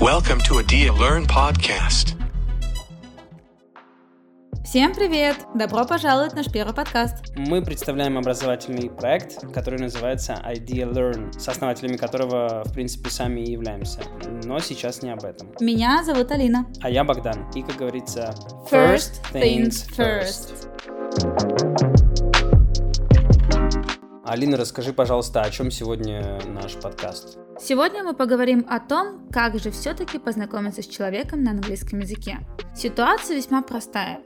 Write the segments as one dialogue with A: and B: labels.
A: Welcome to Adia Learn Podcast.
B: Всем привет! Добро пожаловать в наш первый подкаст.
C: Мы представляем образовательный проект, который называется Idea Learn, с основателями которого, в принципе, сами и являемся. Но сейчас не об этом.
B: Меня зовут Алина.
C: А я Богдан, и, как говорится, Алина, расскажи, пожалуйста, о чем сегодня наш подкаст.
B: Сегодня мы поговорим о том, как же все-таки познакомиться с человеком на английском языке. Ситуация весьма простая.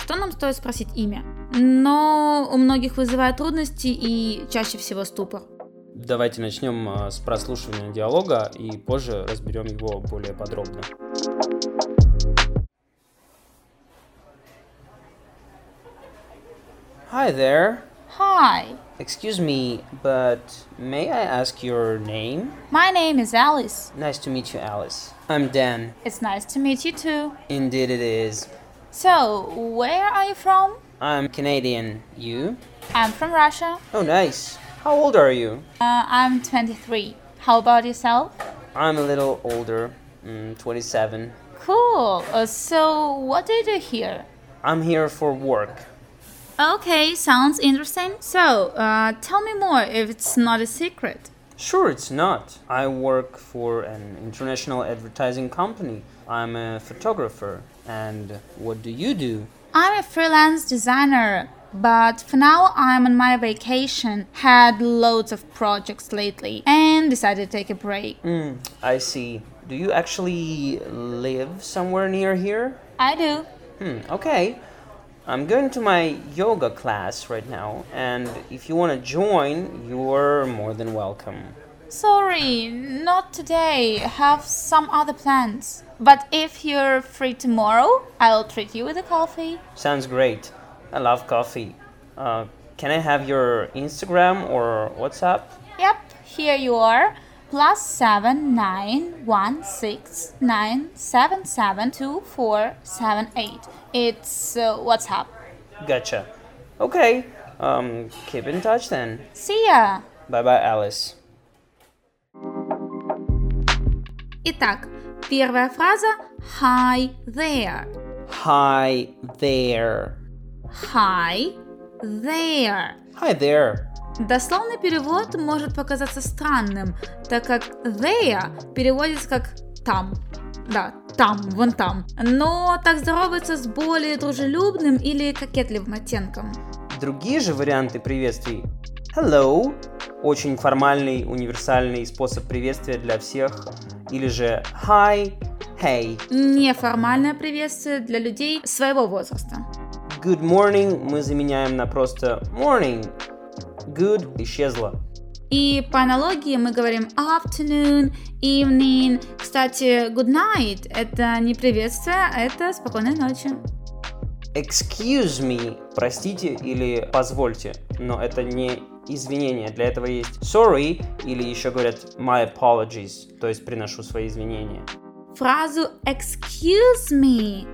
B: Что нам стоит спросить имя? Но у многих вызывает трудности и чаще всего ступор.
C: Давайте начнем а, с прослушивания диалога и позже разберем его более подробно. Hi there.
B: Hi,
C: Excuse me, but may I ask your name?
B: my name is Alice.
C: Nice to meet you, Alice. I'm Dan.
B: It's nice to meet you too.
C: Indeed, it is.
B: So, where are you from?
C: I'm Canadian. You?
B: I'm from Russia.
C: Oh, nice. How old are you?
B: Uh, I'm 23. How about yourself?
C: I'm a little older, mm, 27.
B: Cool. Uh, so, what do you do here?
C: I'm here for work.
B: Okay, sounds interesting. So, uh, tell me more if it's not a secret.
C: Sure, it's not. I work for an international advertising company. I'm a photographer. And what do you do?
B: I'm a freelance designer, but for now I'm on my vacation. Had loads of projects lately and decided to take a break.
C: Hmm, I see. Do you actually live somewhere near here?
B: I do.
C: Hmm, okay. I'm going to my yoga class right now, and if you want to join, you're more than welcome.
B: Sorry, not today. Have some other plans. But if you're free tomorrow, I'll treat you with a coffee.
C: Sounds great. I love coffee. Uh, can I have your Instagram or WhatsApp?
B: Yep, here you are. Plus seven nine one six nine seven seven two four seven eight. It's uh, WhatsApp.
C: Gotcha. Okay. Um, keep in touch then.
B: See ya.
C: Bye bye, Alice.
B: Итак, первая фраза Hi there.
C: Hi there.
B: Hi there.
C: Hi there.
B: Дословный перевод может показаться странным, так как there переводится как там. Да, там, вон там. Но так здоровается с более дружелюбным или кокетливым оттенком.
C: Другие же варианты приветствий. Hello. Очень формальный, универсальный способ приветствия для всех. Или же Hi, Hey.
B: Неформальное приветствие для людей своего возраста.
C: Good morning мы заменяем на просто morning. Good исчезла.
B: И по аналогии мы говорим afternoon, evening. Кстати, good night – это не приветствие, а это спокойной ночи.
C: Excuse me, простите или позвольте, но это не извинение. Для этого есть sorry или еще говорят my apologies, то есть приношу свои извинения.
B: Фразу excuse me,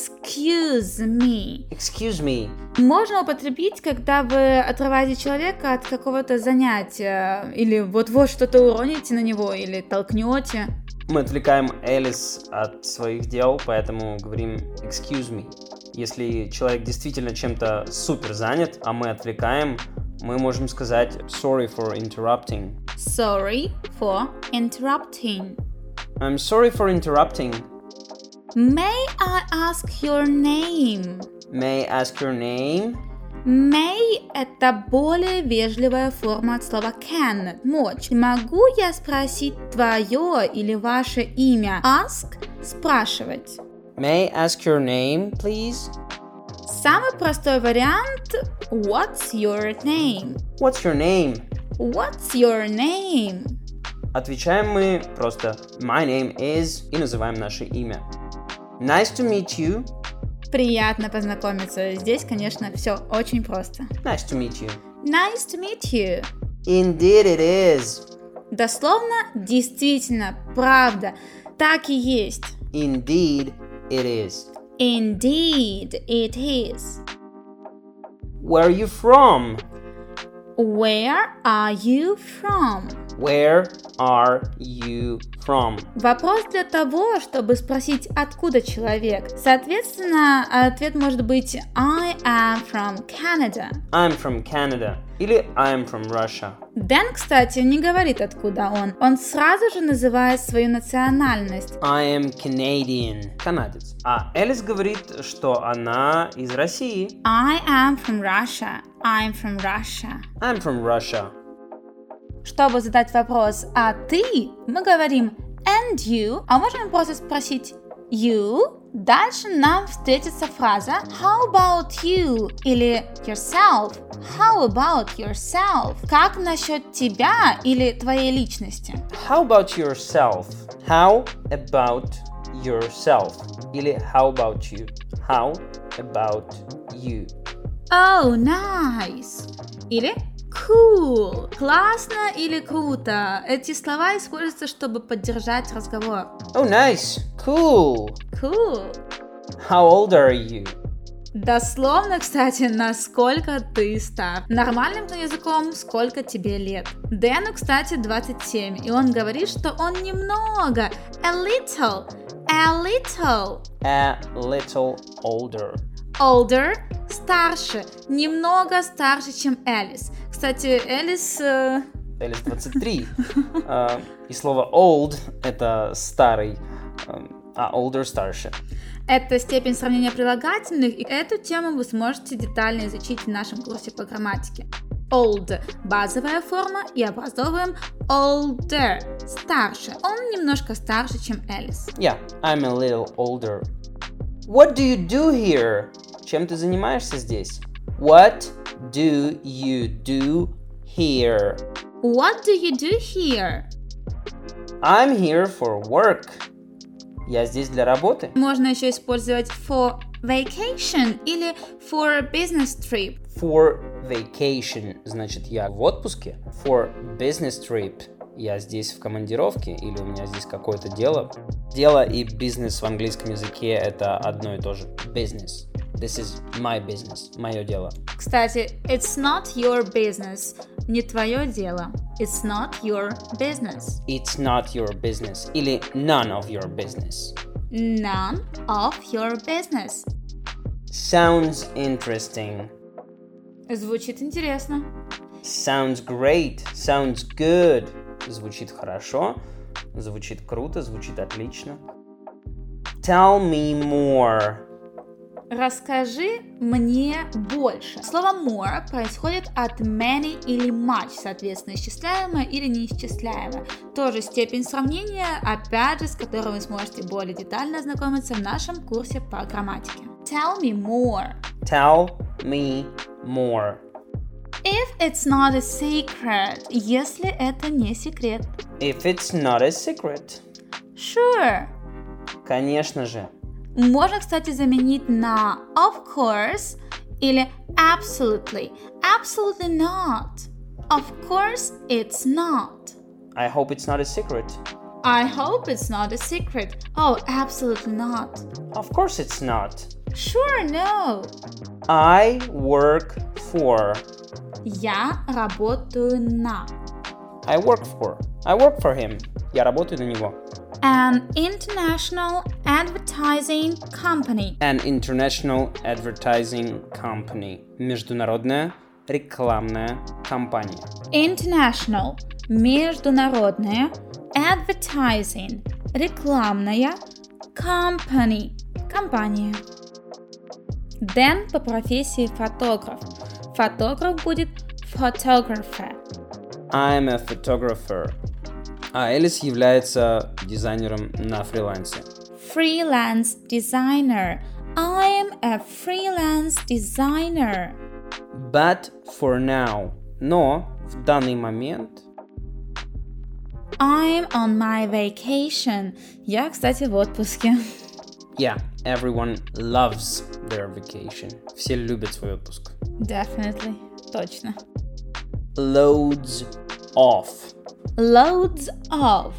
B: excuse me
C: Excuse me.
B: можно употребить, когда вы отрываете человека от какого-то занятия, или вот-вот что-то уроните на него, или толкнете.
C: Мы отвлекаем Элис от своих дел, поэтому говорим excuse me. Если человек действительно чем-то супер занят, а мы отвлекаем, мы можем сказать sorry for interrupting.
B: Sorry for interrupting.
C: I'm sorry for interrupting.
B: May I ask your name?
C: May I ask your name?
B: May – это более вежливая форма от слова can – мочь. Могу я спросить твое или ваше имя? Ask – спрашивать.
C: May I ask your name, please?
B: Самый простой вариант – What's your name?
C: What's your name?
B: What's your name?
C: Отвечаем мы просто My name is и называем наше имя. Nice to meet you.
B: Приятно познакомиться. Здесь, конечно, все очень просто.
C: Nice to meet you.
B: Nice to meet you.
C: Indeed it is.
B: Дословно, действительно, правда, так и есть.
C: Indeed it is.
B: Indeed, it is.
C: Where are you from?
B: Where are you from?
C: Where are you from?
B: Вопрос для того, чтобы спросить, откуда человек. Соответственно, ответ может быть I am from Canada.
C: I'm from Canada. Или I'm from Russia.
B: Дэн, кстати, не говорит, откуда он. Он сразу же называет свою национальность.
C: I am Canadian. Канадец. А Элис говорит, что она из России.
B: I am from Russia. I'm from Russia.
C: I'm from Russia.
B: Чтобы задать вопрос «А ты?», мы говорим «and you», а можем просто спросить «you». Дальше нам встретится фраза «how about you» или «yourself», «how about yourself», «как насчет тебя» или «твоей личности».
C: How about yourself? How about yourself? Или how about you? How about you?
B: «Oh, nice» или Cool. Классно или круто. Эти слова используются, чтобы поддержать разговор.
C: Oh, nice. Cool.
B: Cool.
C: How old are you?
B: Дословно, кстати, насколько ты стар. Нормальным языком, сколько тебе лет. Дэну, кстати, 27, и он говорит, что он немного, a little, a little,
C: A little older.
B: older, старше, немного старше, чем Элис. Кстати, Элис... э,
C: Элис 23. Э, И слово old это старый, эм, а older старше.
B: Это степень сравнения прилагательных, и эту тему вы сможете детально изучить в нашем курсе по грамматике. Old – базовая форма, и образовываем older – старше. Он немножко старше, чем Элис.
C: Yeah, I'm a little older. What do you do here? Чем ты занимаешься здесь? What do you do here?
B: What do you do here?
C: I'm here for work. Я здесь для работы.
B: Можно еще использовать for vacation или for a business trip.
C: For vacation, значит, я в отпуске. For business trip, я здесь в командировке или у меня здесь какое-то дело. Дело и бизнес в английском языке это одно и то же. Business. This is my business. Мое дело.
B: Кстати, it's not your business. Не твое дело. It's not your business.
C: It's not your business. Или none of your business.
B: None of your business.
C: Sounds interesting.
B: Звучит интересно.
C: Sounds great. Sounds good. Звучит хорошо. Звучит круто. Звучит отлично. Tell me more.
B: Расскажи мне больше. Слово more происходит от many или much, соответственно, исчисляемое или неисчисляемое. Тоже степень сравнения, опять же, с которой вы сможете более детально ознакомиться в нашем курсе по грамматике. Tell me more.
C: Tell me more.
B: If it's not a secret, если это не секрет.
C: If it's not a secret.
B: Sure.
C: Конечно же.
B: Можно, кстати, заменить на of course или absolutely. Absolutely not. Of course it's not.
C: I hope it's not a secret.
B: I hope it's not a secret. Oh, absolutely not.
C: Of course it's not.
B: Sure, no.
C: I work for.
B: Я работаю на.
C: I work for. I work for him. Я работаю на него.
B: An international advertising company.
C: An international advertising company. Международная рекламная компания.
B: International – международная, advertising – рекламная, company – компания. Дэн по профессии фотограф. Фотограф будет photographer.
C: I'm a photographer. А Элис является дизайнером на фрилансе.
B: Freelance designer. I am a freelance designer.
C: But for now. Но в данный момент
B: I'm on my vacation. Я, кстати, в отпуске.
C: Yeah, everyone loves their vacation. Все любят свой отпуск.
B: Definitely. Точно.
C: Loads off.
B: Loads of.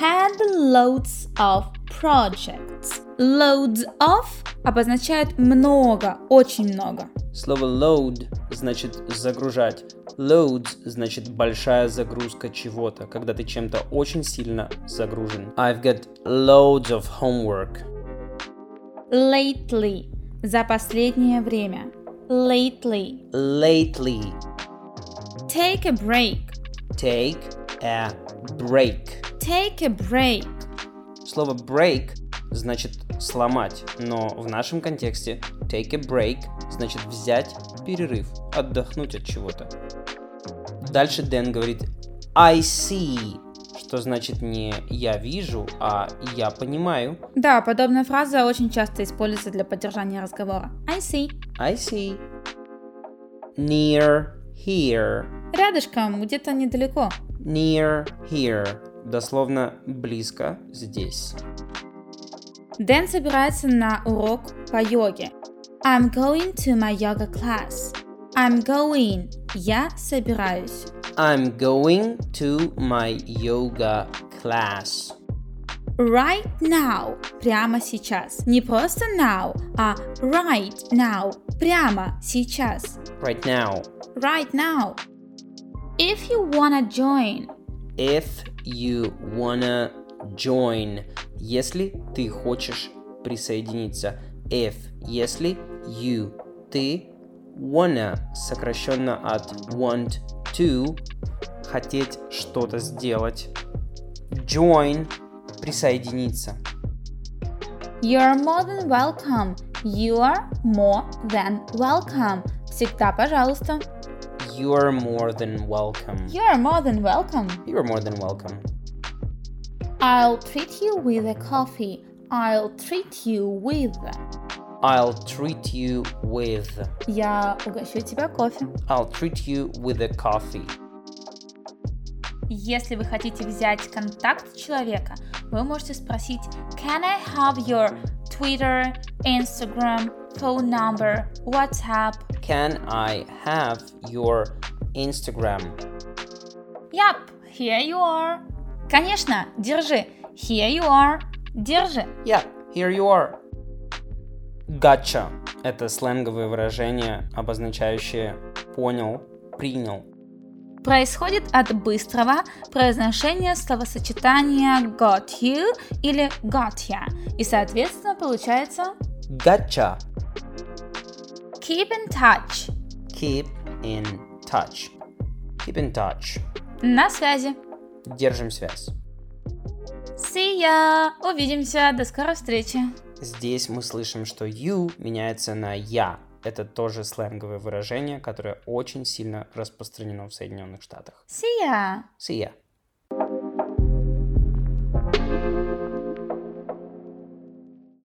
B: had loads of projects. Loads of обозначает много, очень много.
C: Слово load значит загружать. Loads значит большая загрузка чего-то, когда ты чем-то очень сильно загружен. I've got loads of homework.
B: Lately за последнее время. Lately.
C: Lately.
B: Take a break.
C: Take a break.
B: Take a break.
C: Слово break значит сломать, но в нашем контексте take a break значит взять перерыв, отдохнуть от чего-то. Дальше Дэн говорит I see, что значит не я вижу, а я понимаю.
B: Да, подобная фраза очень часто используется для поддержания разговора. I see.
C: I see. Near here.
B: Рядышком, где-то недалеко.
C: Near here. Дословно близко здесь.
B: Дэн собирается на урок по йоге. I'm going to my yoga class. I'm going. Я собираюсь.
C: I'm going to my yoga class.
B: Right now. Прямо сейчас. Не просто now, а right now. Прямо сейчас.
C: Right now.
B: Right now. If you wanna join.
C: If you wanna join. Если ты хочешь присоединиться. If. Если. You. Ты. Wanna. Сокращенно от want to. Хотеть что-то сделать. Join. Присоединиться.
B: You're more than welcome. You are more than welcome. Всегда пожалуйста.
C: You're more than welcome.
B: You're more than welcome.
C: You're more than welcome.
B: I'll treat you with a coffee. I'll treat you with.
C: I'll treat you with.
B: Я угощу тебя кофе.
C: I'll treat you with a coffee.
B: Если вы хотите взять контакт человека, вы можете спросить Can I have your Twitter, Instagram, phone number, WhatsApp?
C: Can I have your Instagram?
B: Yup, here you are. Конечно, держи. Here you are. Держи.
C: Yeah, here you are. Gotcha – это сленговое выражение, обозначающее «понял», «принял».
B: Происходит от быстрого произношения словосочетания got you или got ya, и соответственно получается
C: Gotcha
B: keep in touch.
C: – keep in touch. Keep in touch.
B: На связи.
C: Держим связь.
B: See ya! Увидимся, до скорой встречи.
C: Здесь мы слышим, что you меняется на я. Это тоже сленговое выражение, которое очень сильно распространено в Соединенных Штатах.
B: See ya!
C: See ya.